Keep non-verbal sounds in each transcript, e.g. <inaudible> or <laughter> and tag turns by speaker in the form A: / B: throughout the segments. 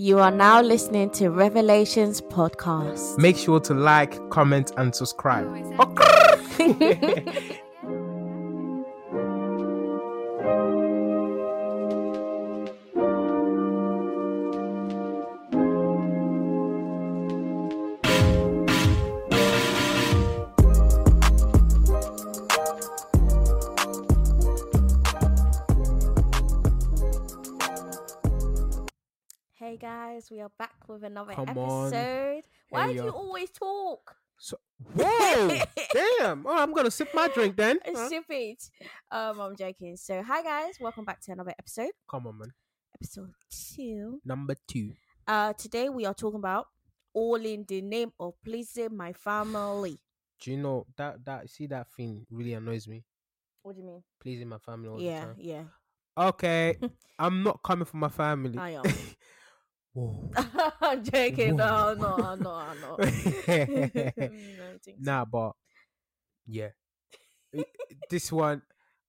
A: You are now listening to Revelations Podcast.
B: Make sure to like, comment, and subscribe.
A: Hey guys, we are back with another
B: Come on.
A: episode. Why
B: Hey,
A: do you
B: yo.
A: always talk? <laughs>
B: Whoa! Damn! Oh, I'm gonna sip my drink then. Huh?
A: Sip it. Um, I'm joking. So, hi guys, welcome back to another episode,
B: Come on, man.
A: episode two.
B: Number two.
A: Uh, today we are talking about all in the name of pleasing my family.
B: Do you know that that see that thing really annoys me?
A: What do you mean?
B: Pleasing my family all
A: Yeah,
B: the time.
A: yeah,
B: Okay,
A: <laughs>
B: I'm not coming for my family. <laughs>
A: I am. <laughs>
B: Whoa.
A: I'm joking. No,
B: Whoa.
A: no, no, no, <laughs> no.
B: <laughs>
A: I think so.
B: Nah, but yeah, I- this one,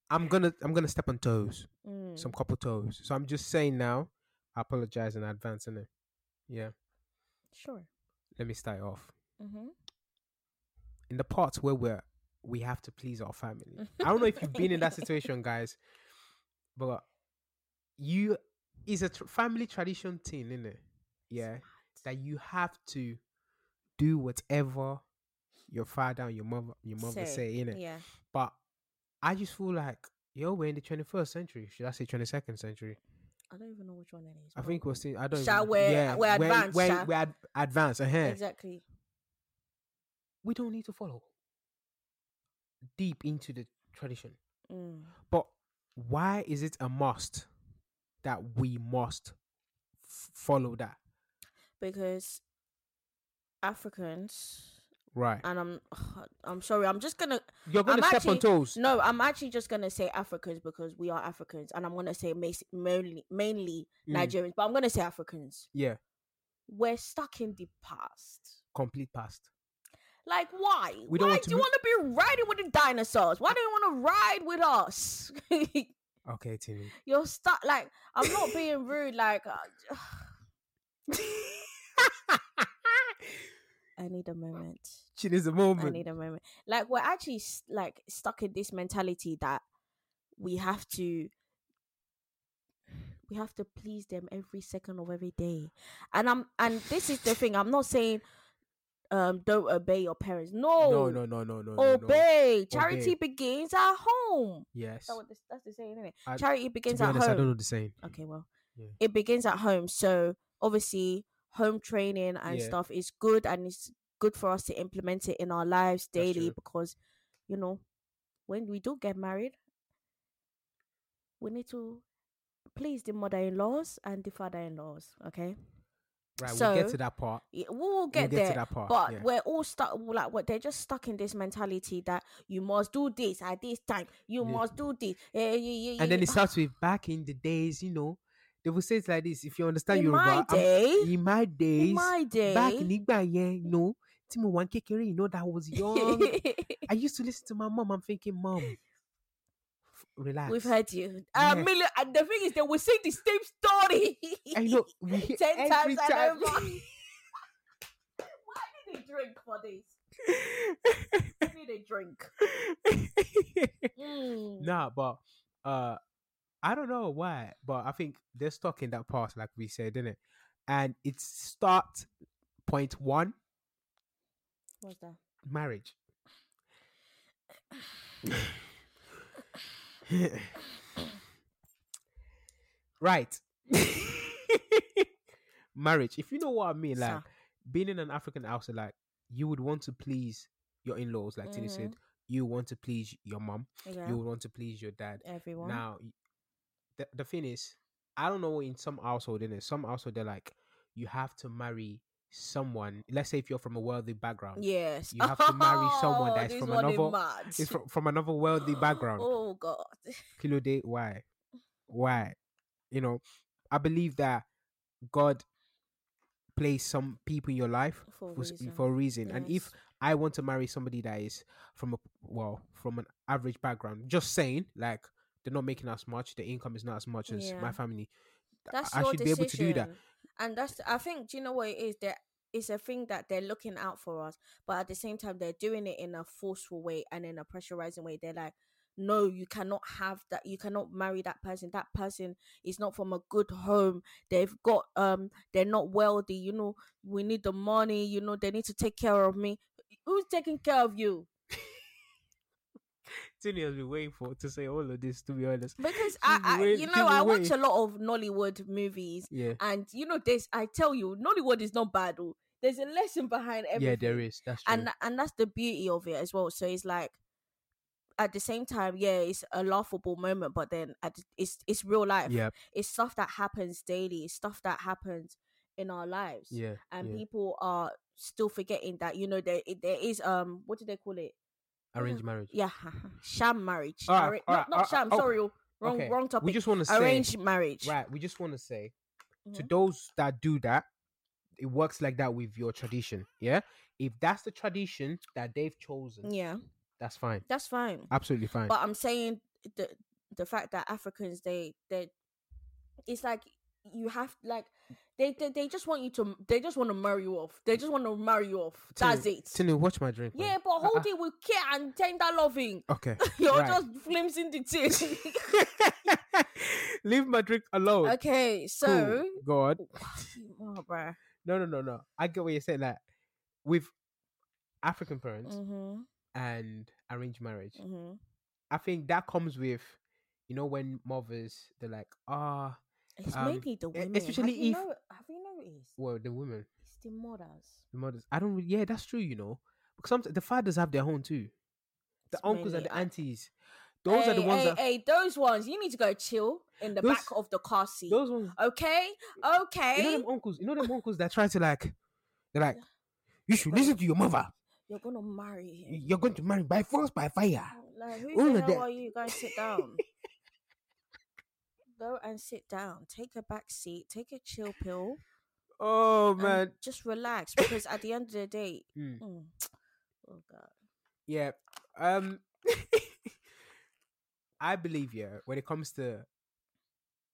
B: I'm gonna I'm gonna step on toes,
A: Mm.
B: some couple toes. So I'm just saying now, I apologize in advance, innit? Yeah,
A: Sure.
B: let me start it off.
A: Mm-hmm.
B: in the parts where we're we have to please our family.
A: <laughs>
B: I don't know if you've been in that situation, guys, but you is a tr- family tradition thing, isn't it? Yeah, that you have to do whatever your father and your mother your mother
A: Say,
B: say, innit?
A: Yeah.
B: But I just feel like yo, we're in the twenty first century. Should I say twenty second century?
A: I don't even know which one it is.
B: I
A: but-
B: think we're still. I don't.
A: Sha,
B: even-
A: we're- we're advanced,
B: We're,
A: sha.
B: we're ad- advanced. Uh-huh.
A: exactly.
B: We don't need to follow deep into the tradition.
A: Mm.
B: But why is it a must that we must f- follow that?
A: Because Africans
B: Right.
A: and I'm <sighs> I'm sorry, I'm just gonna
B: You're going to
A: I'm
B: step on
A: actually-
B: toes.
A: no, I'm actually just gonna say Africans because we are Africans and I'm gonna say mas- mainly mainly
B: Mm.
A: Nigerians, but I'm gonna say Africans.
B: Yeah.
A: We're stuck in the past.
B: Complete past.
A: Like why? why
B: We don't want
A: do
B: to
A: you
B: mo-
A: wanna be riding with the dinosaurs? Why do you wanna ride with us? <laughs>
B: Okay, <laughs> Timmy.
A: You're stuck like I'm not
B: <laughs>
A: being rude, like uh, I need a moment.
B: she needs a
A: I
B: moment.
A: need a moment. Like we're actually s- like stuck in this mentality that we have to we have to please them every second of every day. And I'm and this is the thing. I'm not saying um don't obey your parents. No.
B: no, no, no, no, no,
A: Oh,
B: no. no.
A: Obey. Charity
B: Obey.
A: begins at home.
B: Yes.
A: That's what this, that's the saying, isn't it?
B: I-
A: Charity
B: To
A: begins
B: be
A: at
B: honest, I
A: home
B: don't know the same.
A: okay well
B: Mm. Yeah.
A: it begins at home so obviously home training and
B: Yeah.
A: stuff is good and it's good for us to implement it in our lives daily
B: true.
A: because you know when we do get married we need to please the mother-in-laws and the father-in-laws okay
B: Right, we'll get
A: So-
B: to that part.
A: Yeah, we'll get
B: we'll get
A: there
B: to that part.
A: but
B: yeah.
A: we're all stuck like what they're just stuck in this mentality that you must do this at this time you
B: Yeah.
A: must do this eh, yeah, yeah,
B: And then
A: yeah.
B: it starts with back in the days, you know, they will say it like this. If you understand
A: in
B: Yoruba,
A: my
B: I'm-
A: day
B: in my days,
A: in my day
B: back nígbà yẹn you know tí mo wà ní kékeré you know that I
A: <laughs>
B: was young I used to listen to my mom I'm thinking mom f-
A: <laughs>
B: relax
A: We've heard you. Uh,
B: Yeah.
A: million, and the thing is, they will say the same story. <laughs>
B: I know we hear
A: Ten
B: every
A: times and
B: time
A: over. Why did they drink for
B: <laughs>
A: this? Why did they drink? Mm.
B: <laughs> nah but uh I don't know why but I think they're stuck in that past like we said didn't it and it's start point one
A: What's that?
B: marriage right <laughs> marriage if you know what I mean like
A: Sir.
B: being in an African house, like you would want to please your in laws, like Tilly
A: Mhm.
B: said, you want to please your mom,
A: Yeah,
B: you would want to please your dad.
A: everyone.
B: Now, y- the, the thing is, I don't know in some household, in some household, they're like, you have to marry someone. Let's say if you're from a wealthy background,
A: yes.
B: you have to marry someone
A: Oh,
B: that
A: <laughs>
B: is
A: this
B: from
A: one is
B: another-
A: mad.
B: it's from, from another wealthy background.
A: Oh God.
B: Kilo Day, why? Why? You know, I believe that God placed some people in your life
A: For a
B: for, s-
A: reason.
B: for a reason. And if
A: Yes.
B: I want to marry somebody that is from a well, from an average background, just saying, like they're not making as much, the income is not as much as
A: Yeah.
B: my family.
A: That's
B: I
A: your
B: should be
A: decision.
B: able to do that.
A: and that's i think do you know what it is that it's a thing that they're looking out for us but at the same time they're doing it in a forceful way and in a pressurizing way they're like no you cannot have that you cannot marry that person that person is not from a good home they've got um they're not wealthy you know we need the money you know they need to take care of me who's taking care of you
B: Tini has been waiting for to say all of this. To be honest,
A: because
B: She's
A: I, I
B: wait-
A: you
B: she's
A: know i watch
B: wait-
A: a lot of nollywood movies
B: yeah,
A: and you know this i tell you nollywood is not bad oh. there's a lesson behind everything
B: yeah, there is. That's true.
A: and tha- and that's the beauty of it as well so it's like at the same time yeah it's a laughable moment but then at, the- it's it's real life
B: yeah,
A: it's stuff that happens daily it's stuff that happens in our lives
B: yeah,
A: and
B: yeah.
A: people are still forgetting that you know there it- there is um what do they call it
B: Arranged marriage.
A: yeah <laughs> sham marriage
B: All right,
A: Arra-
B: all
A: no,
B: right,
A: not
B: all right,
A: sham
B: oh,
A: sorry oh, wrong
B: okay.
A: wrong
B: We
A: topic
B: just want to say,
A: arranged marriage
B: right? We just want to say to
A: Mhm.
B: those that do that, it works like that with your tradition. Yeah, if that's the tradition that they've chosen,
A: yeah
B: that's fine.
A: that's fine
B: Absolutely fine.
A: but i'm saying the the fact that africans they they it's like you have like they they, they just want you to they just want to marry you off they just want to marry you off
B: Tinu,
A: that's it
B: Tinu, watch my drink. man.
A: yeah but hold it with care and tender loving <laughs>
B: Okay. <laughs>
A: you're
B: right.
A: just flimsing the tea
B: Leave my drink alone.
A: okay
B: <laughs> Cool.
A: so
B: Go on.
A: oh, bruh.
B: No, no, no, no. I get what you're saying. Like with African parents
A: Mhm,
B: and arranged marriage,
A: mhm.
B: I think that comes with, you know, when mothers they're like, ah,
A: it's
B: Um,
A: mainly the
B: e-
A: women
B: especially
A: have you
B: if-
A: know, have you noticed
B: well, the women,
A: it's the mothers
B: the mothers. I don't. Really, yeah, that's true. You know, because some, the fathers have their own too. The
A: It's
B: uncles and
A: mainly
B: the
A: un-
B: aunties. Those are the
A: Hey,
B: ones
A: hey,
B: that.
A: hey, those ones you need to go chill in the back
B: Those-
A: of the car seat.
B: Those ones.
A: Okay,
B: You
A: okay.
B: know them uncles. You know them uncles that try to like. They're like, you should
A: Right.
B: listen to your mother.
A: You're gonna marry him.
B: You're going to marry by force, by fire.
A: Like, who
B: All
A: the
B: of
A: hell
B: that.
A: are you? Go and sit
B: <laughs>
A: down. go and sit down. Take a back seat. Take a chill pill.
B: Oh
A: and
B: man.
A: just
B: <laughs>
A: relax because at the end of the day,
B: Mm.
A: Mm. oh god,
B: Yeah. Um <laughs> I believe, yeah, when it comes to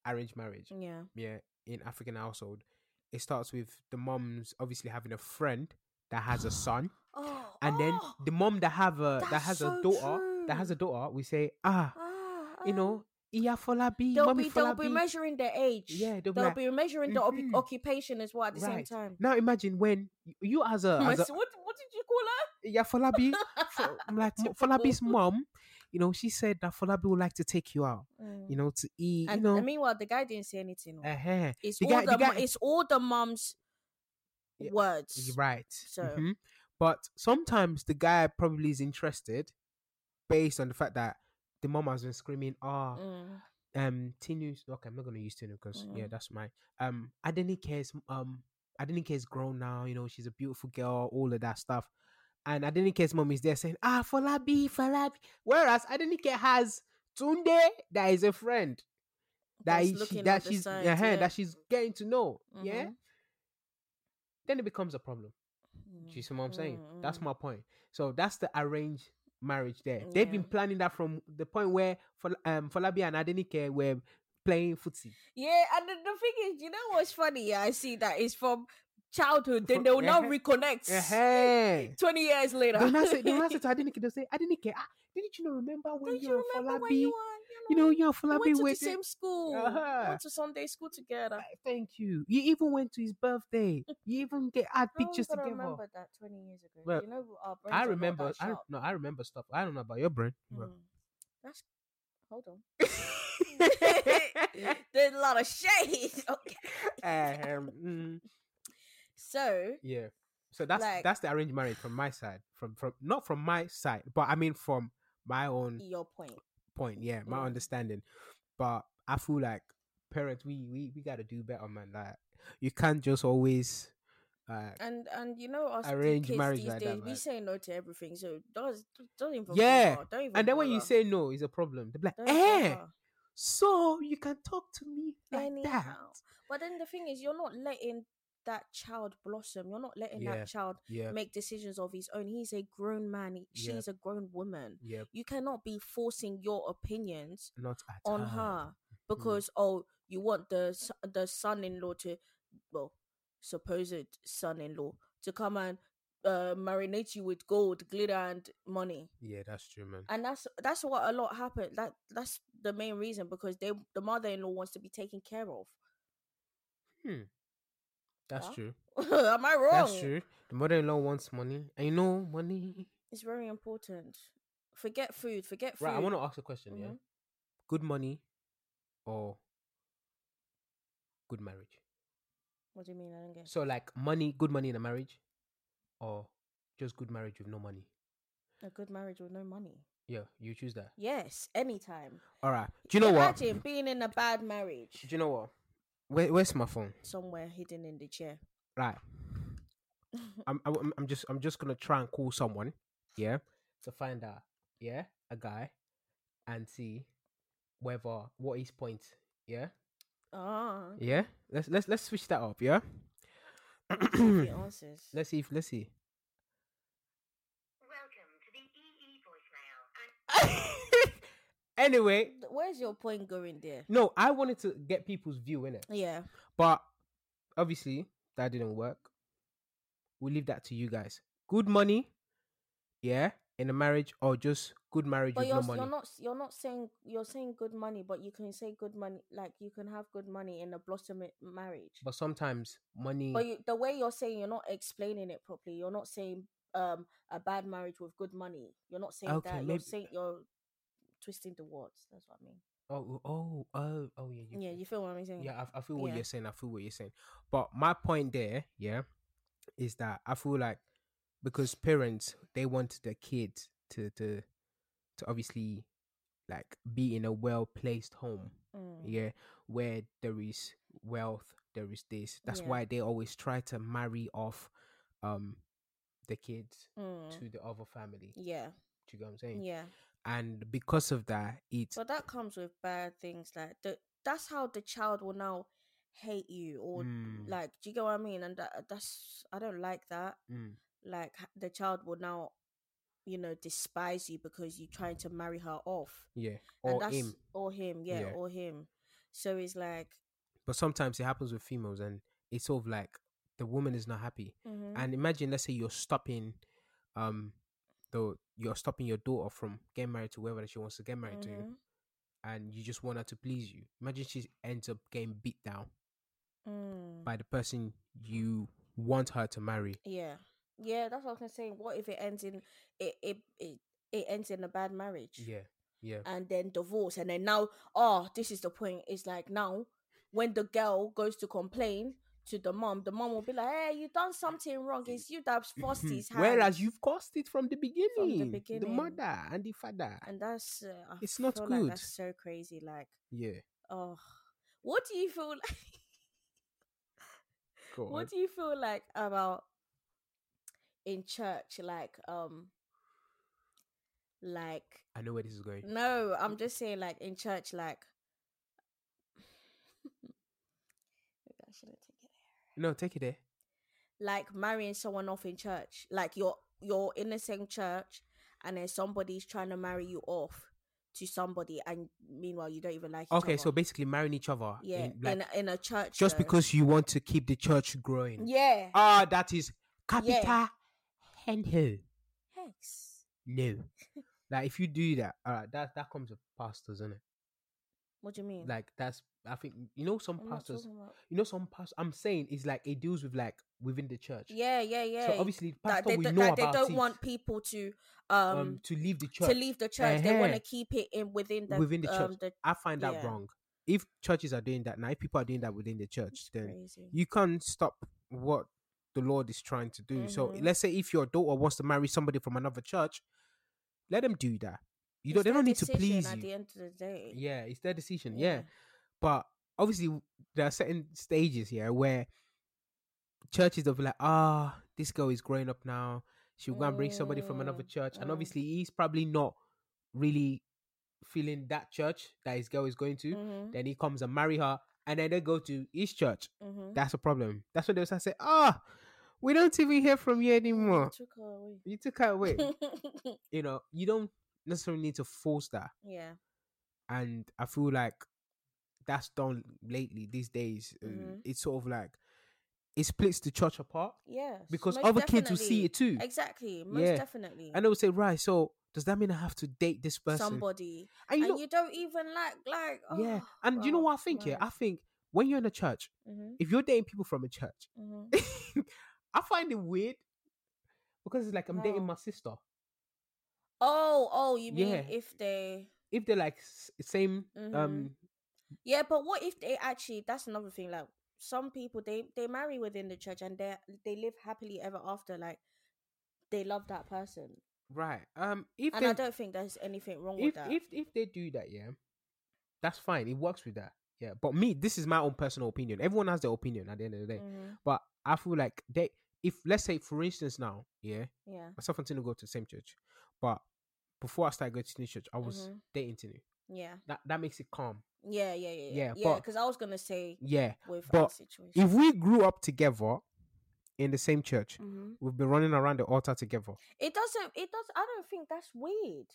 B: arranged marriage,
A: yeah,
B: yeah, in African household, it starts with the mom's obviously having a friend that has a son.
A: oh, <gasps>
B: And then
A: oh,
B: the mom that have a that
A: that's
B: has a
A: so
B: daughter that has a
A: true.
B: daughter, we say, ah,
A: Ah,
B: you
A: ah.
B: know, Iya Folabi,
A: They'll
B: mommy
A: be they'll be
B: Folabi.
A: measuring their age.
B: Yeah, they'll be
A: they'll,
B: like,
A: be measuring the
B: "Mhm,
A: op- occupation as well at the same
B: right.
A: time.
B: Now imagine when y- you
A: <laughs>
B: as a as a
A: Mercy, what what did you call
B: yeah, Folabi,
A: her? <laughs>
B: for, like Mo- Folabi's mom, you know, she said that Folabi would like to take you out, you know, to eat,
A: Mm. and
B: you know,
A: and meanwhile, the guy didn't say anything. oh.
B: uh-huh.
A: it's
B: the
A: all
B: guy-
A: the,
B: the
A: mu-
B: guy-
A: it's all the mum's
B: Yeah,
A: words.
B: You're right.
A: So-
B: mhm. But sometimes the guy probably is interested based on the fact that the mom has been screaming, ah,
A: Mm.
B: um, Tinu's, okay, I'm not going to use Tinu because, yeah,
A: Mm.
B: that's my, um, Adeni cares, um, Adeni cares grown now, you know, she's a beautiful girl, all of that stuff. And Adenike's mom is there saying, ah, Falabi, Falabi. Whereas Adenike has Tunde, that is a friend that,
A: Just
B: he- she,
A: looking
B: that
A: at the
B: she's
A: sides,
B: uh-huh,
A: yeah.
B: that she's getting to know. Yeah.
A: Mhm.
B: Then it becomes a problem. Do you
A: Mm.
B: see what I'm saying? That's
A: Mm,
B: my point. So that's the arranged marriage there. They've been
A: Yeah.
B: planning that from the point where for um Falabi and Adenike were playing footsie.
A: Yeah, and the, the thing is, you know what's funny? Yeah, I see that it's from childhood. Then
B: From-
A: they will now
B: uh-huh.
A: reconnect
B: Uh-huh.
A: twenty years later.
B: They'll not say,
A: <laughs>
B: they'll not say to Adenike, they'll say, Adenike, ah, didn't you not remember when
A: Don't
B: you
A: you
B: were
A: remember
B: Falabi?
A: when you
B: You,
A: were,
B: know, you and
A: we
B: Falabi
A: went to
B: were
A: the
B: there."
A: same school,
B: Uh-huh.
A: we went to Sunday school together.
B: Like, Thank you. You even went to his birthday.
A: <laughs>
B: You even get had
A: How are we
B: pictures
A: gonna
B: together.
A: remember that twenty years ago?
B: Well,
A: you know, our brains
B: I
A: are not
B: remember.
A: that
B: I
A: sharp.
B: no, I remember stuff. I don't know about your brain. bro.
A: Mm. That's hold on. <laughs>
B: <laughs>
A: There's a lot of shade. <laughs> Okay.
B: <laughs>
A: <laughs>
B: Ahem, mm,
A: So
B: yeah. So that's
A: Like-
B: that's the arranged marriage from my side. From from not from my side, but I mean from my own
A: your point.
B: point. Yeah, my
A: Mm.
B: understanding. But I feel like parents, we we we gotta do better, man. Like you can't just always. Uh,
A: And and you know us
B: Arranged
A: Arrange kids
B: marriage
A: these
B: like that,
A: days, we
B: man.
A: say no to everything. So don't don't even
B: Yeah,
A: bother, don't even
B: and then when you
A: bother,
B: say no, it's a problem. They're like,
A: don't
B: eh,
A: bother.
B: so you can talk to me like that.
A: anyhow. But then the thing is, you're not letting that child blossom. You're not letting
B: Yeah.
A: that child
B: Yeah,
A: make decisions of his own. He's a grown man. he-
B: Yeah.
A: She's a grown woman.
B: yeah,
A: You cannot be forcing your opinions
B: not at
A: on
B: all. Mm-hmm.
A: her because oh you want the s- the son-in-law to well supposed son-in-law to come and uh, marinate you with gold, glitter, and money.
B: Yeah, that's true, man.
A: And that's that's what a lot happened. That that's the main reason because they the mother-in-law wants to be taken care of. <laughs>
B: Hmm. That's
A: Huh?
B: true.
A: Am I wrong?
B: That's true. The mother-in-law wants money. And you know money.
A: It's very important. Forget food. Forget food.
B: Right, I want to ask a question, yeah?
A: Mhm.
B: Good money or good marriage?
A: What do you mean? I don't get.
B: So like money, good money in a marriage or just good marriage with no money?
A: A good marriage with no money.
B: Yeah, you choose that.
A: Yes, anytime.
B: All right. Do you know what? Do
A: Imagine being in a bad marriage
B: you know what? Where, where's my phone?
A: somewhere hidden in the chair.
B: Right. I'm, I'm I'm just I'm just gonna try and call someone, yeah, to find out, yeah, a guy, and see whether what his point, yeah,
A: Ah,
B: yeah. Let's let's let's switch that up, yeah. <clears throat>
A: the answers.
B: let's see if let's see.
C: Welcome to the EE voicemail. And
B: Anyway,
A: <laughs> Where's your point going there?
B: no, I wanted to get people's view in it,
A: Yeah,
B: but obviously that didn't work. We leave that to you guys. Good money, yeah, in a marriage or just good marriage
A: but
B: with
A: you're
B: no
A: s-
B: money.
A: you're not s- you're not saying you're saying good money, but you can say good money like you can have good money in a blossoming marriage.
B: But mm. sometimes money.
A: But you, the way you're saying you're not explaining it properly. You're not saying um a bad marriage with good money. You're not saying
B: Okay,
A: that. You're
B: maybe-
A: saying you're twisting the words. That's what I mean.
B: Oh, oh, oh, oh, yeah. You,
A: Yeah, you feel what I'm saying?
B: yeah. I, I feel what
A: yeah.
B: you're saying. I feel what you're saying. But my point there, yeah, is that I feel like because parents they want their kids to to to obviously like be in a well placed home,
A: Mm.
B: yeah, where there is wealth, there is this. That's
A: Yeah.
B: why they always try to marry off, um, the kids
A: Mm.
B: to the other family. Do
A: Yeah,
B: you get what I'm saying?
A: yeah.
B: And because of that, it's
A: But that comes with bad things. Like the, that's how the child will now hate you, or
B: Mm.
A: like, do you get what I mean? And that, that's I don't like that.
B: Mm.
A: Like h- the child will now, you know, despise you because you're trying to marry her off,
B: yeah,
A: and
B: or
A: that's
B: him.
A: or him, yeah,
B: Yeah.
A: or him. So it's like,
B: but sometimes it happens with females and it's sort of like the woman is not happy
A: mhm,
B: and imagine let's say you're stopping um the you're stopping your daughter from getting married to whoever that she wants to get married to
A: mhm,
B: and you just want her to please you imagine she ends up getting beat down
A: mm.
B: by the person you want her to marry
A: yeah, yeah. That's what I was gonna say. What if it ends in it it it, it ends in a bad marriage?
B: yeah yeah
A: and then divorce and then now oh this is the point it's like now when the girl goes to complain to the mom the mom will be like hey you done something wrong it's you that's forced his hand
B: Mm-hmm. whereas you've caused it from the beginning the
A: beginning.
B: mother and the father
A: and that's uh, I
B: It's not
A: feel
B: good.
A: like that's so crazy like
B: yeah
A: oh what do you feel <laughs> like
B: go on.
A: what do you feel like about in church like um like
B: i know where this is going
A: No, I'm just saying, like in church, like. <sighs> Maybe I shouldn't take it.
B: no take it there
A: Like marrying someone off in church, like you're you're in the same church, and then somebody's trying to marry you off to somebody, and meanwhile you don't even like. Each
B: okay
A: other.
B: so basically marrying each other
A: yeah,
B: in, like,
A: in a, in a church,
B: just
A: though.
B: because you want to keep the church growing.
A: yeah,
B: Ah, that is capital henho.
A: hex.
B: No. like if you do that, all right, that that comes with pastors, isn't it?
A: What do you mean?
B: Like that's I think you know some
A: I'm not
B: pastors.
A: talking about-
B: You know some pastors. I'm saying it's like it deals with like within the church.
A: Yeah, yeah, yeah.
B: So obviously, pastor
A: that they,
B: will
A: don't-
B: know
A: that they
B: about
A: don't
B: it,
A: want people to um,
B: um to leave the church.
A: to leave the church. They want
B: Uh-huh.
A: to keep it in within the
B: Within the
A: um,
B: church.
A: The,
B: I find that
A: yeah.
B: wrong. If churches are doing that now, if people are doing that within the church,
A: it's
B: then
A: crazy.
B: you can't stop what the Lord is trying to do. So
A: Mhm.
B: let's say if your daughter wants to marry somebody from another church, let them do that. You
A: It's
B: don't. They
A: their
B: don't need to
A: decision
B: please
A: At
B: you.
A: the end of the day,
B: Yeah, it's their decision. Yeah. but obviously w- there are certain stages here where churches they'll be like, ah, this girl is growing up now. She'll go and bring somebody from another
A: Mm,
B: church, and
A: mm.
B: obviously he's probably not really feeling that church that his girl is going to.
A: Mhm,
B: Then he comes and marry her, and then they go to his church.
A: mhm.
B: That's a problem. That's when they'll start say, ah, we don't even hear from you
A: Mm,
B: anymore.
A: took her away.
B: You took
A: <laughs>
B: her away. you know, you don't necessarily need to force that.
A: yeah.
B: And I feel like that's done lately these days. Uh,
A: Mhm.
B: It's sort of like it splits the church apart
A: yeah.
B: because other kids will see it too.
A: Exactly, most
B: Yeah.
A: definitely.
B: And they will say, right, so does that mean I have to date this person?
A: Somebody,
B: And you
A: and
B: know,
A: you don't even like like. Oh,
B: yeah. And do you know
A: wow,
B: what I think? Yeah, I
A: man.
B: think when you're in a church,
A: Mhm,
B: if you're dating people from a church,
A: mhm.
B: <laughs> I find it weird because it's like I'm dating
A: How?
B: my sister.
A: Oh, oh, you mean
B: Yeah.
A: if they?
B: If they're like s- same,
A: Mhm.
B: um,
A: Yeah, but what if they actually? That's another thing. Like some people, they they marry within the church and they they live happily ever after. Like they love that person,
B: right, um, if
A: and I
B: they,
A: don't think there's anything wrong
B: if
A: with that.
B: if if they do that, yeah, that's fine. It works with that. Yeah, but me, this is my own personal opinion. Everyone has their opinion at the end of the day.
A: Mhm,
B: But I feel like they, if let's say for instance now, yeah,
A: Yeah,
B: myself and Tinu go to the same church, but before I started going to Tinu's church, I was
A: Mhm.
B: dating Tinu.
A: yeah,
B: That that makes it calm.
A: yeah, yeah, yeah,
B: Yeah,
A: yeah. Yeah,
B: but-
A: because I was gonna say
B: Yeah.
A: with our
B: but
A: situation.
B: If we grew up together in the same church,
A: Mhm.
B: we've been running around the altar together.
A: It doesn't. It does. I don't think that's weird.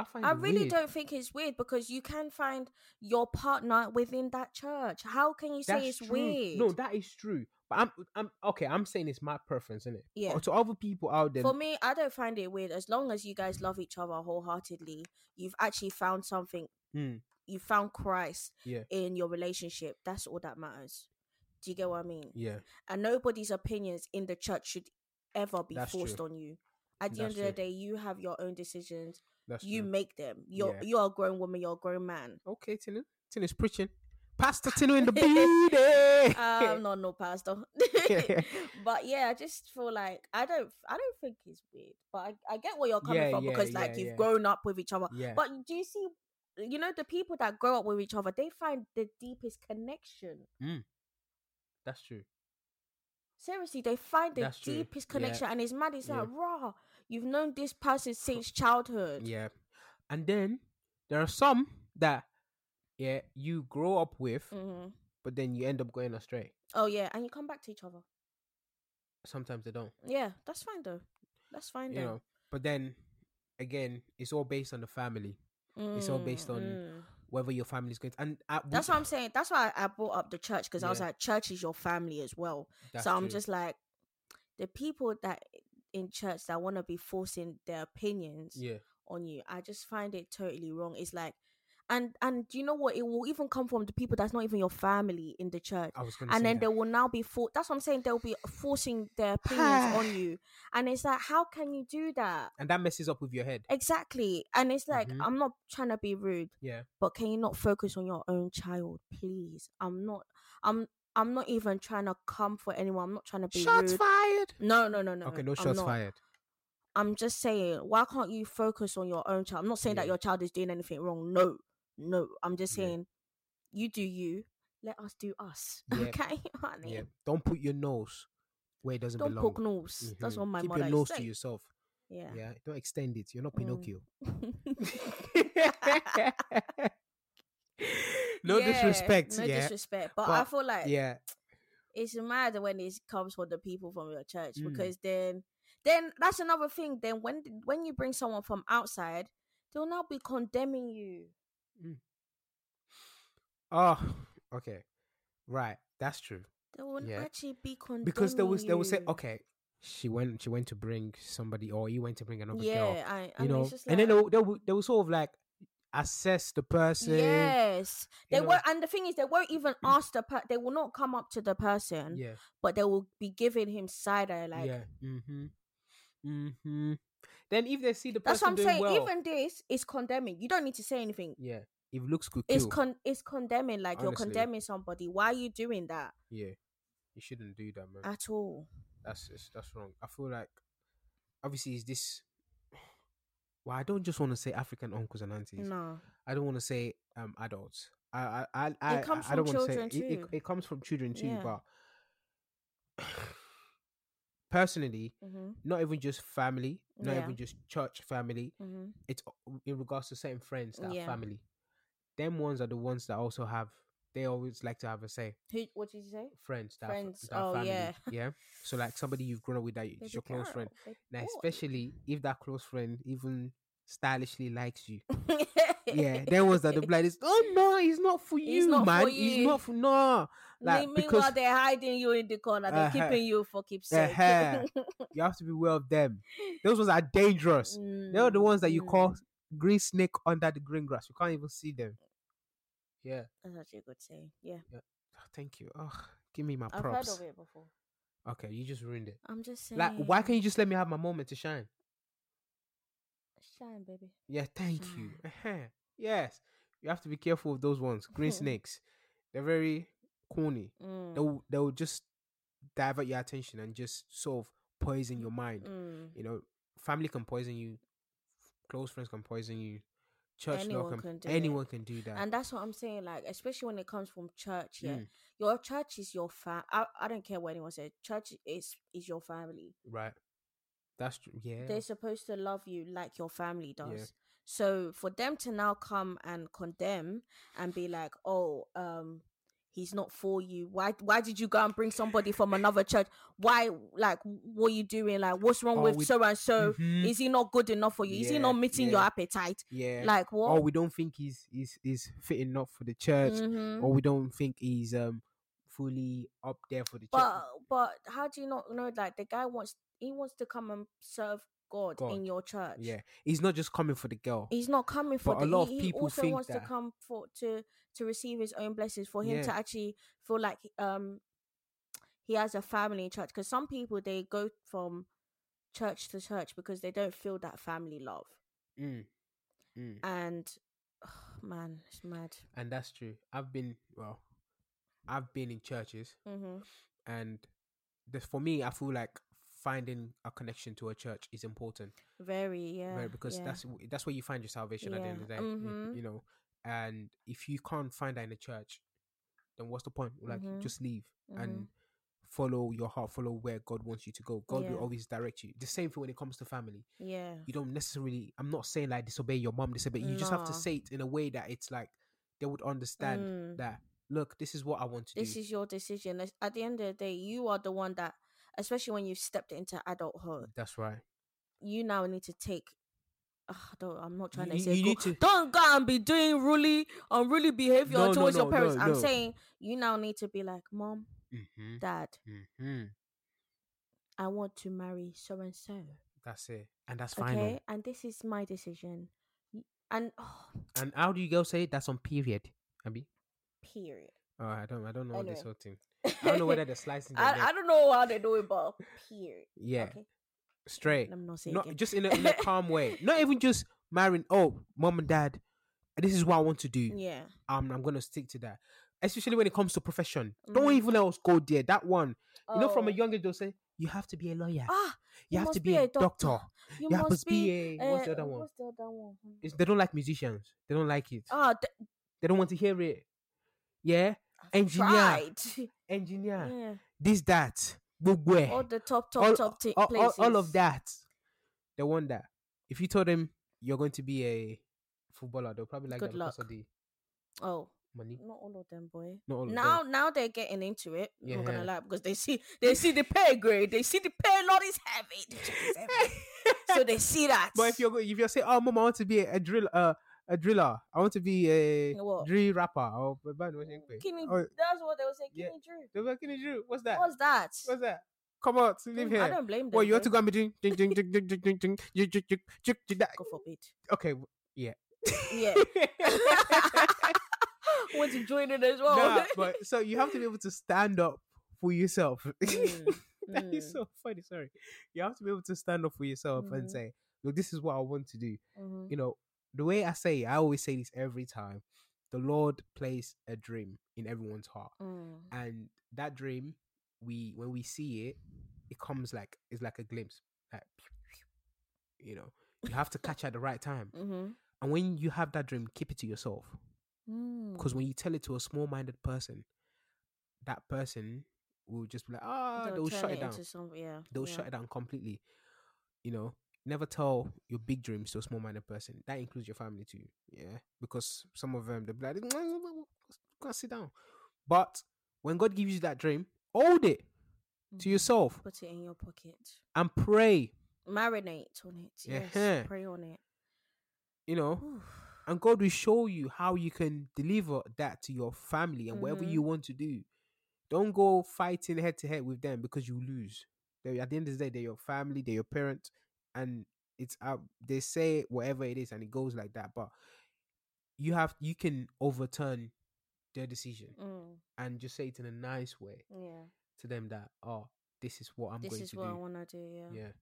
B: I find
A: I
B: it
A: really
B: weird.
A: don't think it's weird because you can find your partner within that church. How can you say
B: That's
A: it's
B: true.
A: weird?
B: No, that is true. But I'm I'm okay. I'm saying it's my preference, isn't it?
A: Yeah.
B: to other people out there,
A: For me, I don't find it weird as long as you guys love each other wholeheartedly. You've actually found something.
B: Mm.
A: You found Christ
B: Yeah.
A: in your relationship. That's all that matters. Do you get what I mean?
B: yeah,
A: And nobody's opinions in the church should ever be
B: That's
A: forced
B: true.
A: on you. At the
B: That's
A: end of the
B: true.
A: day, you have your own decisions.
B: that's
A: you
B: true.
A: make them. You're
B: Yeah.
A: you're a grown woman. You're a grown man.
B: Okay, Tinu. Tinu's preaching. Pastor Tinu
A: <laughs> Um,
B: in the building. <laughs>
A: I'm not Um, no pastor. <laughs> but yeah, I just feel like I don't I don't think it's weird, but I, I get where you're coming
B: Yeah,
A: from
B: yeah,
A: because like
B: yeah,
A: you've
B: yeah.
A: grown up with each other.
B: yeah,
A: But do you see you know the people that grow up with each other, they find the deepest connection.
B: that's true.
A: Seriously, they find the
B: That's true.
A: deepest
B: Yeah.
A: connection and it's mad, it's
B: Yeah.
A: like raw. You've known this
B: <laughs>
A: person since childhood.
B: Yeah, and then there are some that yeah you grow up with,
A: Mhm.
B: but then you end up going astray.
A: Oh yeah, and you come back to each other.
B: Sometimes they don't.
A: Yeah, that's fine though. That's fine
B: you
A: though.
B: know but then again it's all based on the family it's all based
A: Mm,
B: on-
A: mm.
B: whether your family's going to and I, we-
A: That's what I'm saying. That's why I, I brought up the church because I was
B: Mm-hmm. Yeah.
A: like, church is your family as well.
B: that's
A: so I'm
B: true.
A: just like, the people that in church that want to be forcing their opinions
B: yeah
A: on you, I just find it totally wrong. It's like, and and you know what? It will even come from the people that's not even your family in the church.
B: i was gonna
A: And
B: say
A: then
B: that.
A: they will now be for that's what I'm saying, they'll be forcing their opinions
B: <sighs>
A: on you. And it's like, how can you do that?
B: and that messes up with your head
A: Exactly. And it's like,
B: Mhm.
A: I'm not trying to be rude,
B: yeah
A: but can you not focus on your own child, please? I'm not I'm I'm not even trying to comfort anyone. I'm not trying to be
B: shots
A: rude.
B: fired
A: No, no, no, no.
B: okay no
A: I'm
B: shots
A: not.
B: fired
A: I'm just saying, why can't you focus on your own child? I'm not saying that
B: Yeah.
A: your child is doing anything wrong. No, no. I'm just
B: Yeah.
A: saying, you do you. Let us do us. <laughs>
B: Yeah.
A: Okay, honey.
B: yeah don't put your nose where it doesn't
A: Don't
B: belong
A: poke nose. That's
B: Mhm.
A: what my
B: keep
A: mother
B: your nose
A: is
B: to
A: saying.
B: yourself
A: Yeah.
B: yeah.
A: <laughs>
B: don't extend it you're not
A: Mm. <laughs>
B: pinocchio no
A: Yeah,
B: disrespect
A: No
B: yeah
A: disrespect. But, I
B: but-
A: feel like
B: yeah
A: it's mad when it comes from the people from your church
B: Mm.
A: because then then that's another thing. Then when when you bring someone from outside, they'll now be condemning you.
B: oh okay right that's true
A: They will
B: Yeah.
A: actually be condemning
B: because there was they will say
A: you.
B: okay she went she went to bring somebody or you went to bring another
A: yeah,
B: girl
A: I,
B: you
A: and
B: know
A: it's just
B: and then they
A: like-
B: will, they, will, they will sort of like assess the person
A: yes,
B: you
A: they
B: know.
A: were, and the thing is, they won't
B: <clears throat>
A: even ask the per- they will not come up to the person,
B: yeah
A: but they will be giving him side eye. Like
B: yeah mm-hmm mm-hmm then if they see the
A: that's what
B: person
A: I'm
B: doing
A: saying.
B: well
A: Even this is condemning. You don't need to say anything.
B: yeah if looks good
A: It's
B: kill.
A: con, it's condemning. Like you're
B: Honestly.
A: condemning somebody. Why are you doing that
B: yeah you shouldn't do that man
A: at all?
B: that's it's, that's wrong i feel like obviously is this <sighs> well i don't just want to say african uncles and aunties
A: No,
B: I don't want to say um adults. I I I I,
A: comes
B: I don't
A: from
B: want to say
A: children
B: It, it,
A: too.
B: it comes from children too,
A: Yeah.
B: but <sighs> personally,
A: hmm
B: not even just family, not
A: Yeah.
B: even just church family.
A: hmm
B: It's o- in regards to certain friends that
A: Yeah.
B: are family. Them ones are the ones that also have. They always like to have a say.
A: Who, what did you say?
B: Friends, that
A: Friends.
B: Are, f- that are
A: Oh,
B: family.
A: yeah. <laughs>
B: So like somebody you've grown up with that is
A: Baby
B: your close
A: girl,
B: friend.
A: baby
B: Now,
A: boy. <laughs>
B: especially if that close friend even stylishly likes you, yeah, there was that the blind is oh no, he's not for you,
A: He's not for
B: man. He's
A: you."
B: not for no. Like,
A: Me-
B: because-
A: Meanwhile, they're hiding you in the corner. They're
B: Uh-huh.
A: keeping you for keepsake.
B: Uh-huh. You have to be aware of them. Those ones are dangerous. They are the
A: <laughs> Mm,
B: ones that you
A: mm.
B: call green snake under the green grass. You can't even see them. Yeah.
A: That's actually a good saying. Yeah,
B: Thank you. Oh, give me my
A: I've
B: props.
A: heard of it before.
B: Okay, you just ruined it.
A: I'm just saying.
B: Like, why can't you just let me have my moment to shine?
A: shine, baby?
B: Yeah, thank you. Ehen. yes, you have to be careful of those ones.
A: <laughs>
B: Green snakes, they're very corny.
A: Mm,
B: They'll they'll just divert your attention and just sort of poison your mind.
A: mm.
B: You know, family can poison you, close friends can poison you, church law
A: Anyone
B: can,
A: can do it.
B: anyone can do that.
A: And that's what I'm saying. Like, especially when it comes from church. Yeah,
B: Mm,
A: your church is your fam. I, I don't care what anyone says. Church is is your family.
B: right, that's true. Yeah,
A: They're supposed to love you like your family does. So for them to now come and condemn and be like, "Oh, um, he's not for you. Why? Why did you go and bring somebody from another church? Why? Like, what are you doing? Like, what's wrong
B: Or
A: with
B: with-
A: so and so?
B: Mhm.
A: Is he not good enough for you? Is he not
B: Oh, Yeah,
A: meeting your
B: yeah.
A: appetite?
B: yeah.
A: Like what?
B: or we don't think he's he's he's fit enough for the church,
A: Mhm.
B: or we don't think he's um fully up there for the church.
A: But but how do you not know? Like the guy wants he wants to come and serve God,
B: God,
A: in your church.
B: Yeah, he's not just coming for the girl.
A: He's not coming for
B: But a
A: the.
B: lot
A: he,
B: of
A: he
B: people
A: also
B: think
A: wants
B: that.
A: to come for to to receive his own blessings for him to
B: Yeah.
A: actually feel like um he has a family in church because some people they go from church to church because they don't feel that family love
B: Mm. Mm.
A: and <sighs> man it's mad
B: And that's true. I've been well, I've been in churches,
A: mm-hmm.
B: and this, for me, I feel like finding a connection to a church is important,
A: very yeah
B: right? Because
A: yeah.
B: that's w- that's where you find your salvation at the end of the
A: Yeah,
B: day, you-
A: mhm.
B: you know. And if you can't find that in a church, then what's the point? Like,
A: Mhm.
B: just leave
A: Mhm.
B: and follow your heart, follow where God wants you to go. God
A: Yeah.
B: will always direct you. The same thing when it comes to family.
A: yeah
B: you don't necessarily i'm not saying like disobey your mom disobey you just have to
A: No.
B: say it in a way that it's like they would understand
A: Mm.
B: that look this is what i want to
A: this
B: do
A: is your decision As- at the end of the day you are the one that especially when you've stepped into adulthood
B: that's right
A: you now need to take <sighs> Ugh, I don't, I'm not trying
B: Mm. You-
A: to say
B: you
A: go-
B: need to-
A: don't go and be doing really unruly behavior
B: No, no,
A: towards your
B: no,
A: parents.
B: no,
A: I'm
B: no.
A: saying you now need to be like, Mom,
B: mm-hmm.
A: Dad,
B: Mm-hmm.
A: I want to marry so and so.
B: that's it and that's final
A: Okay, and this is my decision. Y- And oh,
B: and how do you girls say it? that's on period abby
A: period.
B: oh i don't i don't know this
A: Anyway.
B: whole thing i
A: <laughs>
B: don't know whether they're slicing their
A: I,
B: neck.
A: I don't know how they do it, but period.
B: yeah
A: Okay,
B: straight
A: I'm not saying
B: not just in a,
A: <laughs>
B: in a calm way not even just marrying oh mom and dad this is what i want to do
A: yeah.
B: um, I'm gonna stick to that. Especially when it comes to profession. Don't
A: Mhm.
B: even let us go there. That one, you know, from a
A: Oh.
B: young age they'll say you have to be a lawyer,
A: ah,
B: you have
A: must
B: to be, a doctor, you, have to be a what's the
A: uh,
B: other one?
A: What's the other one?
B: It's, they don't like musicians. They don't like it.
A: Ah, th-
B: they don't want to hear it. Yeah, engineer,
A: tried. <laughs>
B: engineer,
A: yeah.
B: this that, Gbogbo ẹ̀.
A: all the top top
B: Eh. all,
A: top t-
B: all, all-
A: places.
B: all of that. They want that. If you told them you're going to be a footballer, they'll probably like
A: Good
B: that because
A: luck.
B: of the
A: Oh,
B: money.
A: not all of them, boy.
B: Not all of them.
A: Now, now they're getting into it. I'm not
B: Yeah.
A: gonna lie because they see they see the pay grade, they see the pay lot is heavy, the check is heavy. so
B: <laughs>
A: they see that.
B: But if you're go- if you're saying, "Oh, mom, I want to be a, a drill, uh, a driller. I want to be a
A: What?
B: drill rapper or a band, what you think?
A: Kidney-
B: Oh,
A: that's what they were saying.
B: yeah.
A: Kidney Drew,
B: they were like, "Kenny Drew, what's that? What's,
A: what's that? Mm,
B: that? Come out, live
A: I
B: here.
A: don't blame them.
B: Well, you have to
A: though. <laughs>
B: go and be doing ding ding ding ding ding ding ding juk, juk, juk, juk, juk, that.
A: God forbid. <laughs>
B: Okay,
A: Yeah, <laughs> want to join it as well.
B: <laughs>
A: <laughs>
B: Nah, but <laughs> so you have to be able to stand up for yourself.
A: <laughs> Mm,
B: <laughs> That is
A: mm,
B: so funny. Sorry, you have to be able to stand up for yourself and
A: Mhm.
B: say, "Look, this is what I want to do."
A: mhm.
B: you know, the way I say, it, I always say this every time. The Lord placed a dream in everyone's heart,
A: Mm,
B: and that dream, we when we see it, it comes like it's like a glimpse, like <laughs> you know, you have to catch at the right time.
A: mhm,
B: And when you have that dream, keep it to yourself,
A: mm.
B: because when you tell it to a small-minded person, that person will just be like, ah, they'll,
A: They'll
B: shut
A: turn
B: it down.
A: into some- yeah,
B: They'll
A: yeah.
B: shut it down completely. You know, never tell your big dreams to a small minded person. That includes your family too. Yeah. Because some of them, they'll be like, can't sit down. But when God gives you that dream, hold it to
A: Mhm.
B: yourself
A: Put it in your pocket.
B: and pray,
A: marinate on it. Yes,
B: <laughs> Yeah.
A: pray on it.
B: you know.
A: Oof.
B: and God will show you how you can deliver that to your family and whatever
A: Mhm.
B: you want to do. Don't go fighting head to head with them because you lose. They, at the end of the day, they're your family, they're your parents, and it's out. They say whatever it is, and it goes like that. But you have you can overturn their decision
A: Mm,
B: and just say it in a nice way
A: yeah.
B: to them that oh, this is what I'm
A: This
B: going
A: is
B: to
A: what I
B: do.
A: want to do. Yeah.
B: yeah,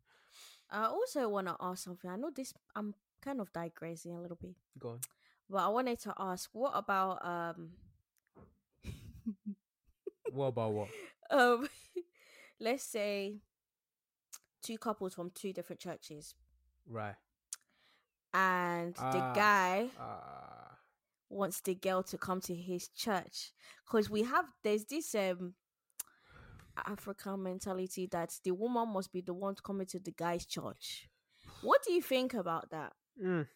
A: I also want to ask something. I know this. I'm kind of digressing a little bit,
B: go on.
A: but I wanted to ask, what about um, <laughs>
B: what about what?
A: um, let's say two couples from two different churches,
B: Right.
A: and the
B: Ah.
A: guy
B: Uh,
A: wants the girl to come to his church because we have there's this um African mentality that the woman must be the one coming to the guy's church. What do you think about that?
B: mm.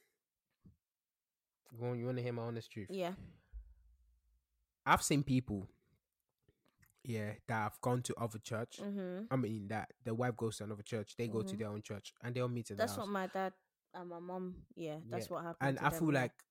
B: Go on. You want to hear my honest truth?
A: Yeah.
B: I've seen people, yeah, that have gone to other church.
A: Mm-hmm.
B: I mean, that the wife goes to another church, they go to
A: Mhm.
B: their own church, and they all meet in
A: That's
B: the
A: what
B: house.
A: my dad and my mom. Yeah, that's
B: Yeah.
A: what happened.
B: and
A: to
B: I
A: them,
B: feel
A: yeah.
B: like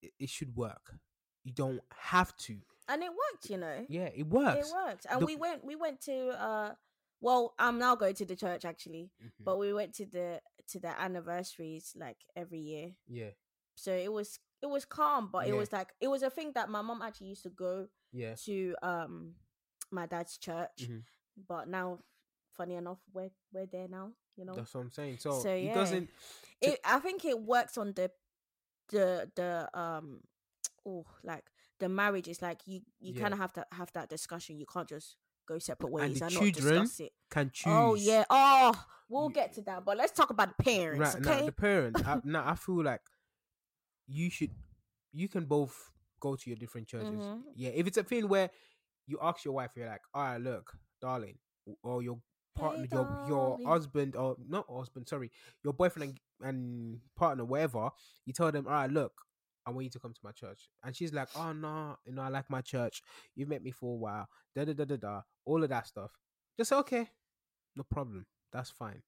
B: it, it should work. You don't have to.
A: and it worked, you know.
B: Yeah, it
A: It
B: works.
A: worked, and
B: The-
A: we went. We went to. uh Well, I'm now going to the church actually,
B: Mhm.
A: but we went to the to the anniversaries like every year.
B: yeah,
A: so it was it was calm but it
B: Yeah.
A: was like it was a thing that my mom actually used to go
B: yeah.
A: to um my dad's church
B: Mhm.
A: but now funny enough we're we're there now you know
B: That's what I'm saying. So,
A: So,
B: it
A: yeah. Oh,
B: doesn't. to-
A: it, i think it works on the the the um oh like the marriage is like you you
B: Yeah.
A: kind of have to have that discussion you can't just go separate ways and,
B: the
A: not
B: children
A: discuss it
B: Can choose.
A: oh yeah oh we'll
B: You-
A: get to that but let's talk about parents
B: Right now,
A: okay
B: the parents.
A: <laughs>
B: I, now I feel like you should, you can both go to your different churches.
A: Mhm.
B: Yeah, if it's a thing where you ask your wife, you're like, all right, look, darling, or your partner, your
A: darling.
B: your husband, or not husband, sorry, your boyfriend and, and partner, whatever. You tell them, all right, look. I want you to come to my church, and she's like, "Oh no, you know I like my church. You've met me for a while, da da da da da, all of that stuff." Just say, okay, no problem, that's fine. Do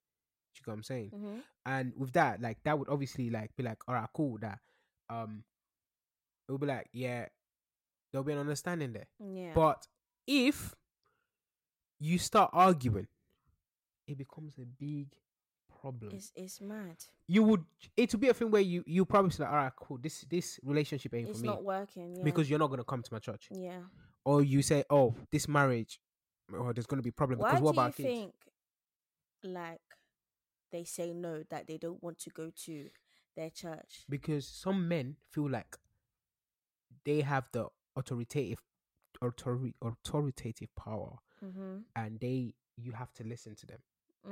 B: you get what I'm saying?
A: hmm
B: and with that like that would obviously like be like all right cool that um it would be like yeah there'll be an understanding there
A: yeah
B: but if you start arguing it becomes a big problem
A: it's it's mad
B: you would it would be a thing where you you probably say like, all right cool this this relationship ain't
A: it's
B: for me
A: not working yeah.
B: because you're not going to come to my church
A: yeah
B: or you say oh this marriage oh there's going to be problem
A: Why
B: because what
A: do
B: about
A: you
B: kids
A: think, like, they say no that they don't want to go to their church?
B: because some men feel like they have the authoritative authori- authoritative power
A: Mm-hmm. mm,
B: and they you have to listen to them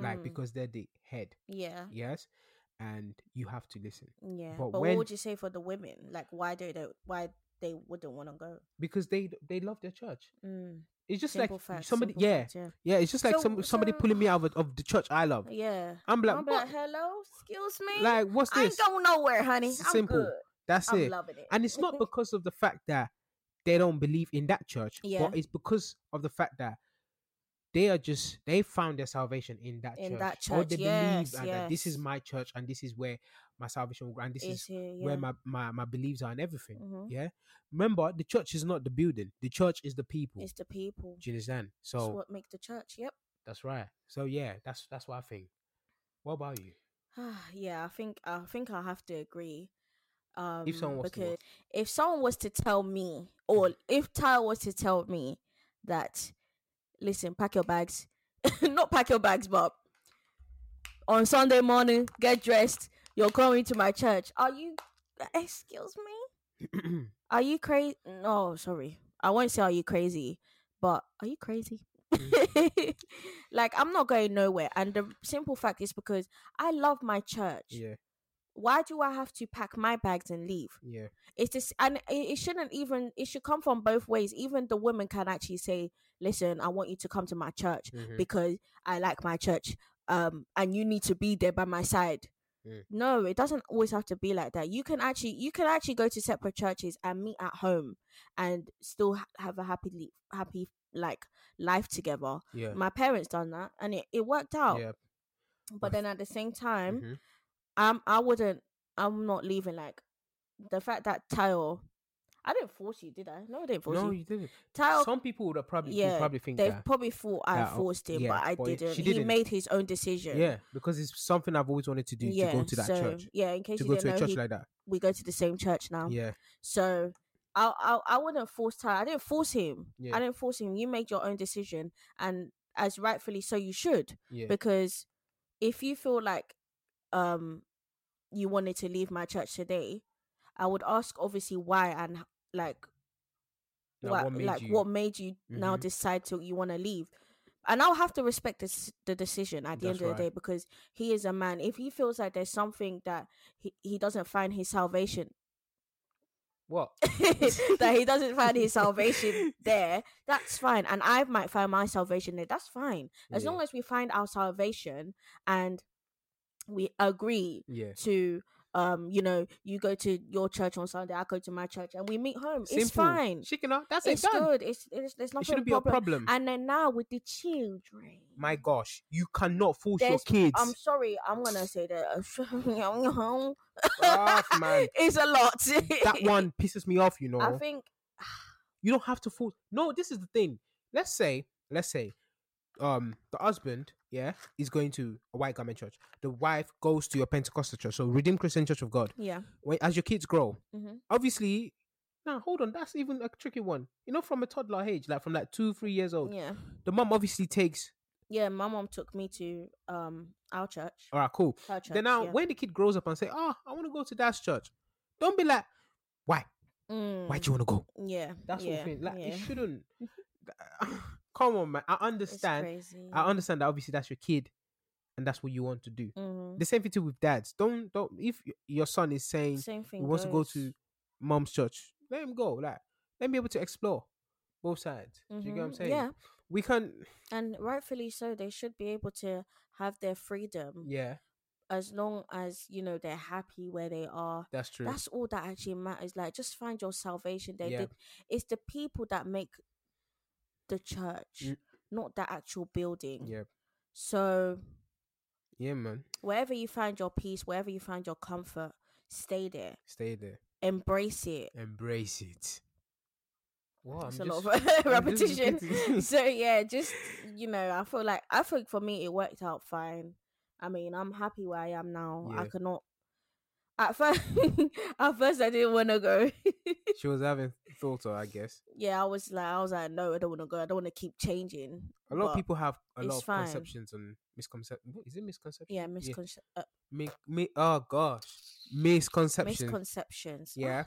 B: like because they're the head
A: yeah,
B: yes and you have to listen
A: yeah.
B: but
A: But,
B: when-
A: what would you say for the women? Like, why do they? Why they wouldn't want to go?
B: because they they love their church
A: Mm.
B: it's just
A: Simple
B: like
A: facts.
B: somebody
A: simple
B: yeah
A: facts, yeah,
B: yeah it's just like
A: So-
B: some somebody
A: so-
B: pulling me out of, of the church i love
A: yeah.
B: i'm like
A: I'm
B: what?
A: like, hello, excuse me.
B: like what's
A: I ain't
B: this
A: going nowhere, honey.
B: It's
A: I'm
B: simple.
A: good.
B: that's
A: I'm
B: it
A: loving it.
B: and it's not because of the fact that they don't believe in that church
A: Yeah.
B: but it's because of the fact that they are just they found their salvation in that
A: In
B: church
A: that
B: or
A: church,
B: they
A: yes,
B: believe and that this is
A: yes.
B: my church and this is where my salvation will- and this
A: It's
B: is
A: here, yeah.
B: where my, my my beliefs are and everything
A: Mhm.
B: yeah remember the church is not the building the church is the people
A: It's the people.
B: do you understand
A: It's
B: so
A: what make the church. Yep.
B: that's right so yeah that's that's what i think what about you <clears throat>
A: <sighs> yeah, I think I think I have to agree. Um,
B: someone was to Mm-hmm.
A: because
B: what?
A: if someone was to tell me, or if Tyler was to tell me that, listen, pack your bags, <laughs> not pack your bags, but on Sunday morning, get dressed. You're going to my church. Are you? Excuse me. Are you crazy? No, sorry. I won't say are you crazy, but are you crazy?
B: Mm.
A: <laughs> like I'm not going nowhere. And the simple fact is because I love my church.
B: yeah
A: Why do I have to pack my bags and leave?
B: yeah
A: It's this, and it, it shouldn't even. It should come from both ways. Even the women can actually say, "Listen, I want you to come to my church
B: mhm,
A: because I like my church, um, and you need to be there by my side."
B: Mm.
A: No, it doesn't always have to be like that. You can actually you can actually go to separate churches and meet at home and still ha- have a happy le- happy like life together.
B: yeah
A: My parents done that and it, it worked out.
B: yeah <laughs>
A: But then at the same time,
B: mhm,
A: um, I wouldn't. I'm not leaving like the fact that Tile, I didn't force you, did I? No, I didn't force
B: No,
A: you.
B: you didn't.
A: Tile,
B: Some people would have probably would
A: yeah,
B: probably think
A: they
B: that.
A: probably thought I
B: that, oh,
A: forced him,
B: yeah,
A: but I
B: but she
A: didn't. He
B: didn't.
A: made his own decision.
B: yeah, because it's something I've always wanted to do to go to that
A: so,
B: church,
A: Yeah, in case
B: to
A: you
B: go
A: didn't
B: to a
A: know,
B: church
A: he-
B: like that.
A: we go to the same church now.
B: Yeah,
A: So I I I wouldn't force Ty. I didn't force him.
B: Yeah.
A: I didn't force him. You made your own decision, and as rightfully so, you should
B: yeah,
A: because if you feel like um you wanted to leave my church today, I would ask obviously why and h- like
B: Like,
A: wha-
B: what made
A: like
B: you-
A: what made you now
B: Mhm.
A: decide to you want to leave. And I'll have to respect this, the decision at the
B: That's
A: end of
B: right.
A: the day because he is a man. If he feels like there's something that he, he doesn't find his salvation <laughs>
B: what?
A: that he doesn't find
B: <laughs>
A: his salvation there, that's fine. And I might find my salvation there. That's fine. As
B: Yeah.
A: long as we find our salvation and we agree
B: Yeah,
A: to um, you know, you go to your church on Sunday, I go to my church and we meet home. It's
B: Simple.
A: fine.
B: Chicken out. That's
A: It's
B: it. Done.
A: good. It's, it's there's
B: It
A: nothing
B: shouldn't be
A: problem.
B: a problem.
A: And then now with the children.
B: My gosh, you cannot force your
A: There's- <laughs>
B: kids.
A: I'm sorry, I'm gonna say uh, <laughs> that
B: Rough, man.
A: it's a lot. <laughs>
B: that one pisses me off. You know.
A: I think
B: you don't have to force no this is the thing let's say let's say um the husband yeah is going to a white garment church the wife goes to your pentecostal church so redeemed christian church of god
A: yeah.
B: when as your kids grow
A: Mhm.
B: obviously now hold on that's even a tricky one you know from a toddler age like from like two three years old
A: Yeah.
B: the mom obviously takes
A: yeah, my mom took me to um our church.
B: all right cool
A: Her church.
B: then now
A: yeah.
B: when the kid grows up and say oh i want to go to dad's church don't be like why why do you want to go
A: Mm, yeah.
B: that's
A: yeah,
B: what i mean like
A: yeah.
B: it shouldn't
A: <laughs>
B: <laughs> come on man i
A: It's
B: understand
A: crazy.
B: I understand that obviously that's your kid, and that's what you want to do.
A: Mhm.
B: The same thing too with dads. Don't don't if y- your son is saying
A: Same thing.
B: he wants
A: goes.
B: to go to mom's church, let him go. Like let him be able to explore both sides. Do you get what I'm
A: Mhm,
B: saying?
A: Yeah,
B: We can.
A: and rightfully so. They should be able to have their freedom
B: Yeah,
A: as long as you know they're happy where they are.
B: that's true.
A: That's all that actually matters. Like, just find your salvation. They
B: Yeah.
A: did. It's the people that make the church,
B: Mm.
A: not the actual building.
B: yeah,
A: So
B: yeah, man.
A: wherever you find your peace, wherever you find your comfort, stay there.
B: Stay there.
A: Embrace it.
B: Embrace it. Wow,
A: That's
B: Oh, I'm
A: a
B: <laughs>
A: lot
B: just-
A: of <laughs>
B: I'm just
A: repetition. <laughs>
B: repeating.
A: so yeah, just you know, I feel like I think for me it worked out fine. I mean, I'm happy where I am now. I
B: Yeah.
A: could not. At first, <laughs> at first I didn't want to go. <laughs>
B: she was having thought, or I guess
A: yeah, I was like, I was like, no, I don't want to go. I don't want to keep changing.
B: a lot
A: But,
B: of people have a
A: it's
B: lot of
A: fine.
B: conceptions and misconceptions. Is it misconception?
A: yeah, misconce- uh,
B: Mi- mi- oh gosh, misconception.
A: misconceptions. Oh,
B: yeah,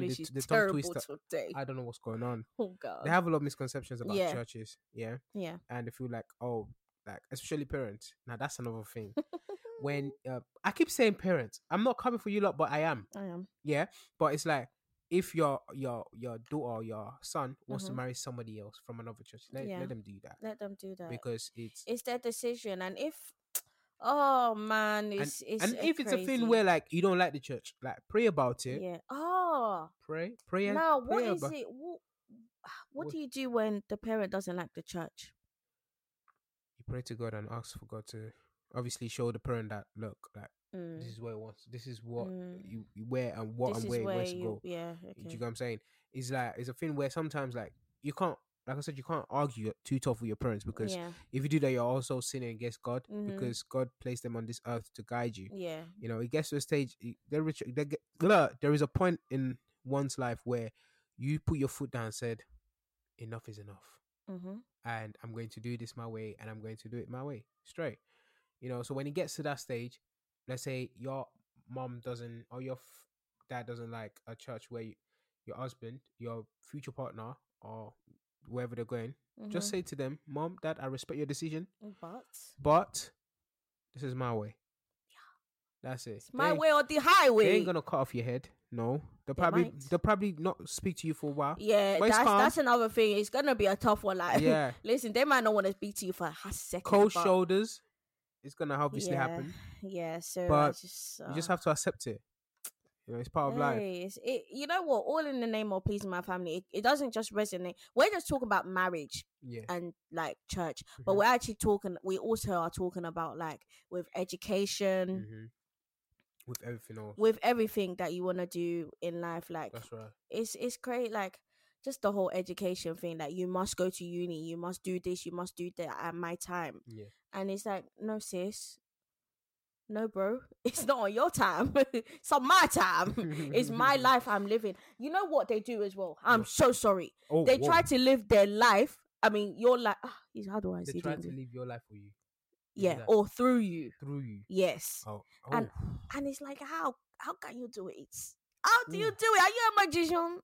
A: <laughs> English
B: the,
A: is
B: the tongue
A: terrible
B: twister.
A: today.
B: I don't know what's going on.
A: oh god.
B: They have a lot of misconceptions about
A: Yeah.
B: churches. Yeah,
A: yeah.
B: and they feel like oh, like especially parents. Now that's another
A: <laughs>
B: thing. when uh, I keep saying parents, I'm not coming for you lot, but I am.
A: I am.
B: Yeah, but it's like if your your your daughter or your son wants
A: Mhm.
B: to marry somebody else from another church, let,
A: Yeah.
B: let them do that
A: Let them do that.
B: because it's
A: it's their decision and if oh man it's it's
B: and
A: uh,
B: if it's a
A: crazy.
B: thing where like you don't like the church, like pray about it.
A: yeah oh
B: Pray, pray. and-
A: now what
B: pray
A: is
B: about-
A: it what, what
B: What-
A: do you do when the parent doesn't like the church
B: you pray to God and ask for God to obviously show the parent that look, like
A: Mm,
B: this is where it wants, this is what
A: Mm.
B: you you- where and what
A: this
B: and
A: is
B: where it
A: where
B: wants to
A: you
B: go.
A: yeah
B: Do
A: okay
B: you get what I'm saying? It's like it's a thing where sometimes like you can't, like I said, you can't argue too tough with your parents because
A: yeah
B: if you do that, you're also sinning against God
A: Mhm.
B: because God placed them on this earth to guide you.
A: yeah
B: You know, it gets to a stage. it- There, reach- there, get- look, there is a point in one's life where you put your foot down and said, "Enough is enough."
A: mm-hmm.
B: and I'm going to do this my way and I'm going to do it my way straight. You know, so when it gets to that stage, let's say your mom doesn't or your f- dad doesn't like a church where you, your husband, your future partner, or wherever they're going, just
A: Mm-hmm.
B: say to them, Mom, Dad, I respect your decision,
A: mm, but
B: but this is my way. That's it.
A: it's my
B: They-
A: way or the
B: They
A: highway
B: ain't gonna cut off your head. No, they'll probably
A: might.
B: they'll probably not speak to you for a while.
A: yeah
B: But it's
A: that's
B: calm.
A: that's another thing it's gonna be a tough one like
B: yeah.
A: <laughs> listen they might not want to speak to you for a second
B: cold
A: but
B: shoulders it's gonna obviously
A: yeah,
B: happen
A: yeah so I
B: But
A: just
B: you just
A: uh,
B: have to accept it you know it's part of life
A: Hey, it's- It, you know what? All in the name of pleasing my family. It, it doesn't just resonate. We're just talking about marriage
B: yeah
A: and like church, but
B: Mhm.
A: we're actually talking. We also are talking about like with education,
B: Mhm. with everything else.
A: with everything that you want to do in life like
B: That's right.
A: it's it's great like just the whole education thing like you must go to uni you must do this you must do that at my time
B: Yeah.
A: and it's like no sis no bro <laughs> it's not on your time <laughs> it's on my time <laughs> it's
B: <laughs>
A: my life i'm living you know what they do as well i'm
B: What?
A: so sorry
B: Oh,
A: they
B: whoa.
A: try to live their life i mean your life how do i
B: They
A: say
B: try
A: this?
B: to live your life for you do
A: yeah
B: that.
A: or through you
B: through you.
A: yes
B: Oh, oh. <laughs>
A: And- and it's like how how can you do it how do you do it are you a magician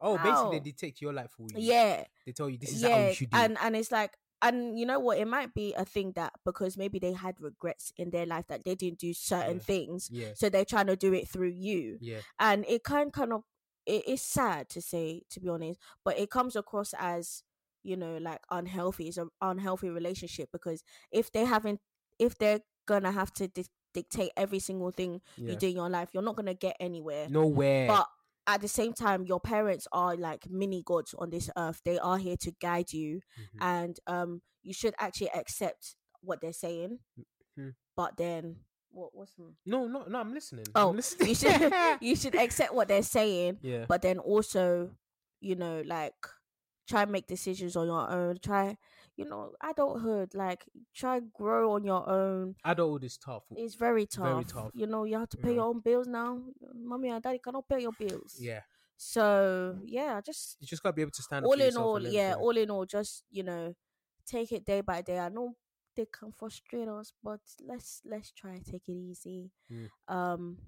B: oh, basically,
A: Wow.
B: they detect your life for you.
A: yeah
B: They tell you this is how
A: yeah
B: you should do. it.
A: and and it's like and you know what it might be a thing that because maybe they had regrets in their life that they didn't do certain
B: Yeah.
A: things
B: yeah,
A: so they're trying to do it through you
B: yeah,
A: and it can kind of it is sad to say to be honest but it comes across as you know like unhealthy it's an unhealthy relationship because if they haven't if they're gonna have to di- dictate every single thing
B: yeah.
A: you do in your life you're not gonna get anywhere
B: Nowhere.
A: but at the same time your parents are like mini gods on this earth they are here to guide you
B: Mhm.
A: and um you should actually accept what they're saying
B: Mhm.
A: but then what what's the-
B: no, no, no. I'm listening.
A: Oh,
B: I'm listening.
A: you should <laughs> you should accept what they're saying
B: <laughs> yeah,
A: but then also you know like try and make decisions on your own try you know adulthood like try and grow on your own
B: adulthood is tough.
A: it's very tough,
B: Very tough.
A: you know you have to
B: You
A: pay
B: know.
A: your own bills now mommy and daddy cannot pay your bills
B: Yeah,
A: so yeah just
B: you just gotta be able to stand up.
A: all
B: for
A: in
B: yourself
A: all
B: and
A: yeah
B: everything.
A: all in all just you know take it day by day i know they can frustrate us but let's let's try and take it easy
B: Mm.
A: um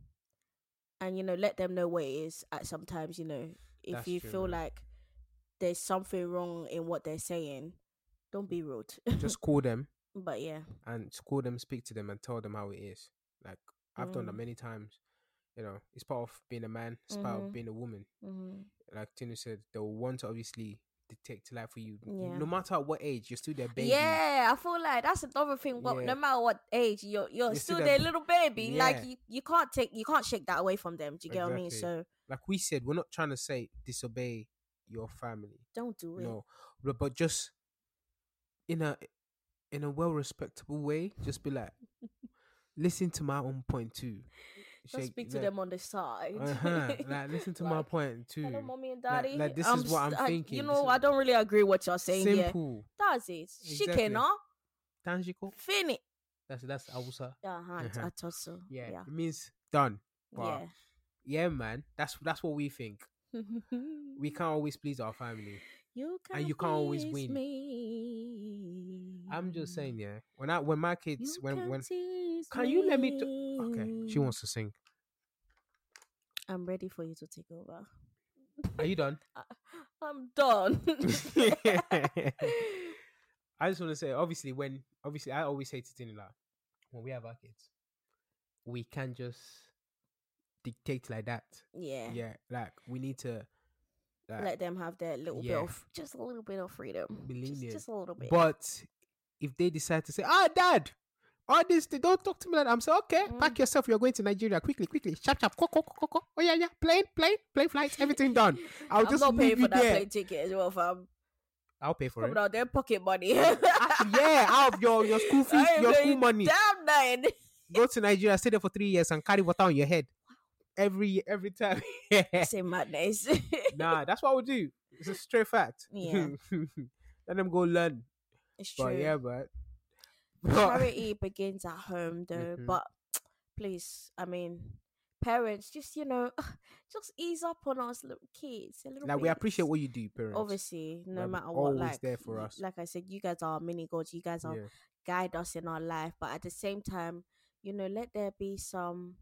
A: and you know let them know what it is at sometimes you know if
B: That's
A: you
B: true,
A: feel
B: man.
A: like there's something wrong in what they're saying don't be rude <laughs>
B: just call them
A: but yeah
B: and just call them, speak to them, and tell them how it is. Like I've done that
A: Mm.
B: many times. You know, it's part of being a man. It's part
A: Mhm.
B: of being a woman.
A: hmm
B: Like Tinu said, they'll want to obviously detect life for you.
A: Yeah.
B: No matter what age, you're still their baby.
A: yeah i feel like that's another thing what
B: Yeah.
A: no matter what age you're you're,
B: You're
A: still
B: still
A: their
B: their-
A: little baby like
B: Yeah.
A: you, you can't take you can't shake that away from them do you get what i mean
B: Exactly.
A: so
B: Like we said, we're not trying to say disobey your family.
A: don't do it
B: No, but, but just in a in a well respectable way, just be like, listen to my own point too.
A: Just
B: Shake-
A: speak to
B: like,
A: them on the side. <laughs>
B: Uh-huh. Like listen to my
A: Like,
B: point too.
A: Hello, mommy and
B: Like-
A: daddy.
B: like, this is
A: s-
B: what I'm
A: I-
B: thinking.
A: You
B: This
A: know,
B: is-
A: I don't really agree what you're saying here.
B: Simple.
A: That's it. She
B: Exactly.
A: cannot
B: Tanjiko.
A: finish.
B: That's that's Awusa.
A: Uh-huh,
B: Uh-huh.
A: I thought so.
B: Yeah.
A: Yeah.
B: It means done.
A: Yeah.
B: Wow. Yeah, man. That's that's what we think.
A: <laughs>
B: We can't always please our family.
A: you can't
B: you can't always
A: tease
B: win.
A: Me.
B: I'm just saying, yeah. When I when my kids
A: Mm-hmm. You
B: when
A: can't
B: when
A: tease
B: Can you let me
A: me.
B: Okay, she wants to sing.
A: I'm ready for you to take over.
B: Are you done? <laughs>
A: I'm done. <laughs>
B: I just want to say, obviously, when obviously I always say to Tini like, when we have our kids, we can just dictate like that.
A: yeah.
B: Yeah, like we need to. Like,
A: let them have their little bit
B: Yeah.
A: of just a little bit of freedom.
B: Be
A: Just,
B: lenient.
A: just a little bit.
B: but if they decide to say, "Ah, Dad, all this, they don't talk to me like that," I'm saying, "Okay,
A: Mm.
B: pack yourself. You're going to Nigeria quickly, quickly. Chop, chop, coco, coco, coco. Oh yeah, yeah. Plane, plane, plane flights.
A: <laughs>
B: Everything done. I'll
A: I'm
B: just
A: not paying
B: leave you
A: for that
B: there.
A: plane ticket as well, fam.
B: I'll pay for
A: Coming
B: <laughs> it.
A: out their pocket money. <laughs>
B: yeah, out of your your school fees,
A: I ain't
B: your school
A: paying
B: money.
A: Damn
B: <laughs>
A: nine.
B: go to Nigeria, stay there for three years, and carry water on your head every every
A: <laughs>
B: time. <laughs>
A: Say madness. <laughs>
B: nah, that's what we do. It's a straight fact.
A: Yeah.
B: <laughs> Let them go learn.
A: it's true.
B: But yeah, <laughs> but, <laughs>
A: Charity begins at home though,
B: Mhm.
A: but please, I mean, parents, just you know, <laughs> just ease up on us little kids. A little
B: like we
A: bit.
B: appreciate what you do, parents.
A: Obviously, no
B: Like,
A: matter what,
B: always
A: like
B: there for
A: y-
B: us.
A: Like I said, you guys are mini gods. You guys are
B: Yeah.
A: guide us in our life, but at the same time, you know, let there be some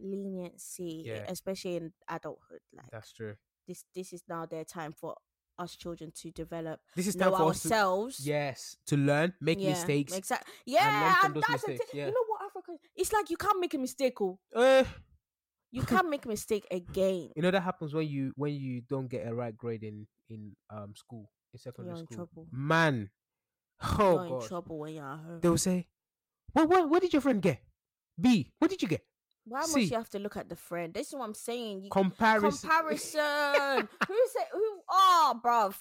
A: leniency,
B: Yeah.
A: especially in adulthood. Like
B: That's true.
A: this, this is now their time for us children to develop,
B: This is time
A: know
B: for us to,
A: ourselves.
B: yes, to learn, make
A: Yeah,
B: mistakes.
A: Exact. Yeah,
B: from
A: and
B: those
A: that's the
B: mistakes,
A: thing.
B: yeah.
A: You know what, Africa? It's like you can't make a mistake. Oh,
B: Eh, <laughs>
A: you can't make a mistake again.
B: you know that happens when you when you don't get a right grade in in um school in secondary
A: You're in
B: school.
A: trouble.
B: Man,
A: You're
B: oh
A: in
B: god,
A: trouble when you're at home.
B: they will say, "What? What? What did your friend get? B. What did you get?
A: Why must
B: see-
A: you have to look at the friend? This is what I'm saying. You
B: Comparison. <laughs>
A: comparison. who said who? Oh, bruv.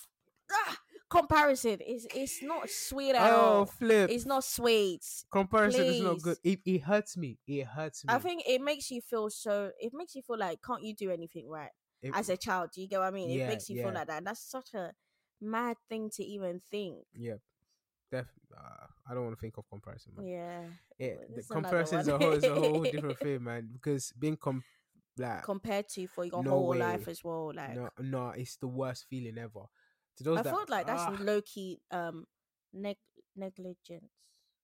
A: Ah, comparison. It's it's not sweet at
B: Oh,
A: all.
B: flip.
A: It's not sweet.
B: Comparison is not
A: please.
B: good. It, it hurts me. It hurts me.
A: I think it makes you feel so. It makes you feel like can't you do anything right
B: It-
A: as a child? Do you get what I mean?
B: Yeah,
A: it makes you
B: yeah.
A: feel like that. And that's such a mad thing to even think.
B: yeah. Def- uh, I don't want to think of comparison, man.
A: Yeah,
B: Yeah,
A: Well,
B: the
A: it's another
B: comparison is a
A: one.
B: whole, is a whole
A: <laughs>
B: different thing, man. Because being com- like,
A: compared to for your
B: Uh, No
A: whole
B: way.
A: life as well. Like
B: no, no, it's the worst feeling ever. To those
A: I
B: that,
A: felt like that's
B: ah,
A: low key um neg- negligence.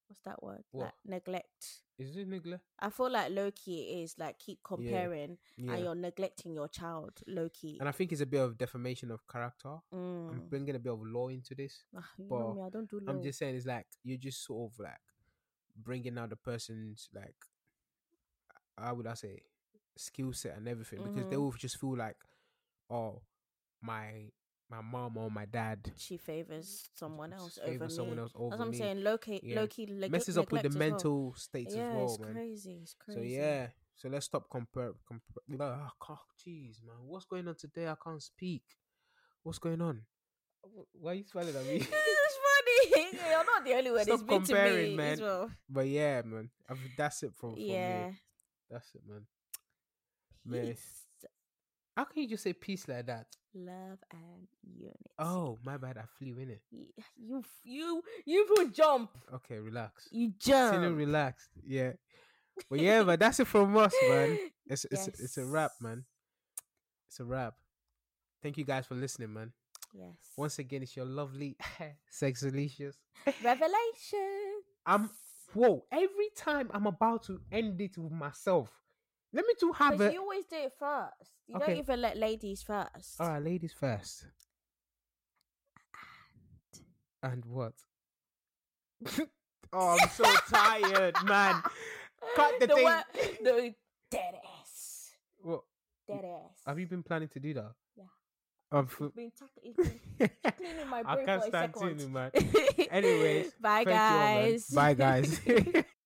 A: What's that word?
B: What?
A: Like neglect.
B: is it neglect?
A: I feel like low key it is like keep comparing and
B: Yeah,
A: Ah, you're neglecting your child low key.
B: and I think it's a bit of defamation of character. I'm
A: Mm.
B: bringing a bit of law into this.
A: Ah, you
B: but
A: know me, I don't do low.
B: I'm just saying it's like you're just sort of like bringing out the person's like how would I say skill set and everything because they
A: Mhm.
B: will just feel like oh my my mom or my dad
A: she favors someone else
B: favors
A: over
B: someone
A: me.
B: else over
A: That's what I'm
B: me.
A: saying. Low key,
B: Yeah.
A: low key neg-
B: messes up with the
A: neglect as well.
B: mental state
A: yeah,
B: as well,
A: it's
B: man.
A: crazy. It's crazy.
B: So
A: <laughs>
B: yeah, so let's stop compare. compare ah, jeez, man, what's going on today? I can't speak. What's going on? Wh- Why are you smiling at me?
A: it's
B: <laughs>
A: funny. <laughs> You're not the only one.
B: Stop
A: it's been to
B: comparing,
A: me
B: man.
A: as well.
B: but yeah, man, I've, that's it from, from
A: Yeah.
B: me. That's it, man. Man.
A: Peace,
B: How can you just say peace like that?
A: love, and unity.
B: Oh, my bad, I flew in it.
A: Y- you f- you you will jump
B: Okay, relax.
A: you
B: Feeling
A: jump
B: relaxed. Yeah. But yeah, but that's it from us, man. It's it's it's a wrap, man. It's a wrap. Thank you guys for listening, man.
A: yes <laughs>
B: Once again, it's your lovely <laughs> sex delicious.
A: revelation
B: I'm whoa, every time I'm about to end it with myself. Let me do have
A: but
B: a
A: you always do it first you
B: Ah, Okay.
A: don't even let ladies first <laughs>
B: all right, ladies first. And what? <laughs> oh, I'm so tired, man. Cut the thing.
A: word- the dead ass
B: What?
A: dead ass
B: Have you been planning to do that?
A: Yeah.
B: Um,
A: It's been tuck- it's been cleaning my brain
B: <laughs> I can't
A: for a
B: stand
A: second
B: tuning, man. Anyways,
A: anyways <laughs> bye
B: Thank you all, man.
A: guys <laughs>
B: Bye, guys. <laughs>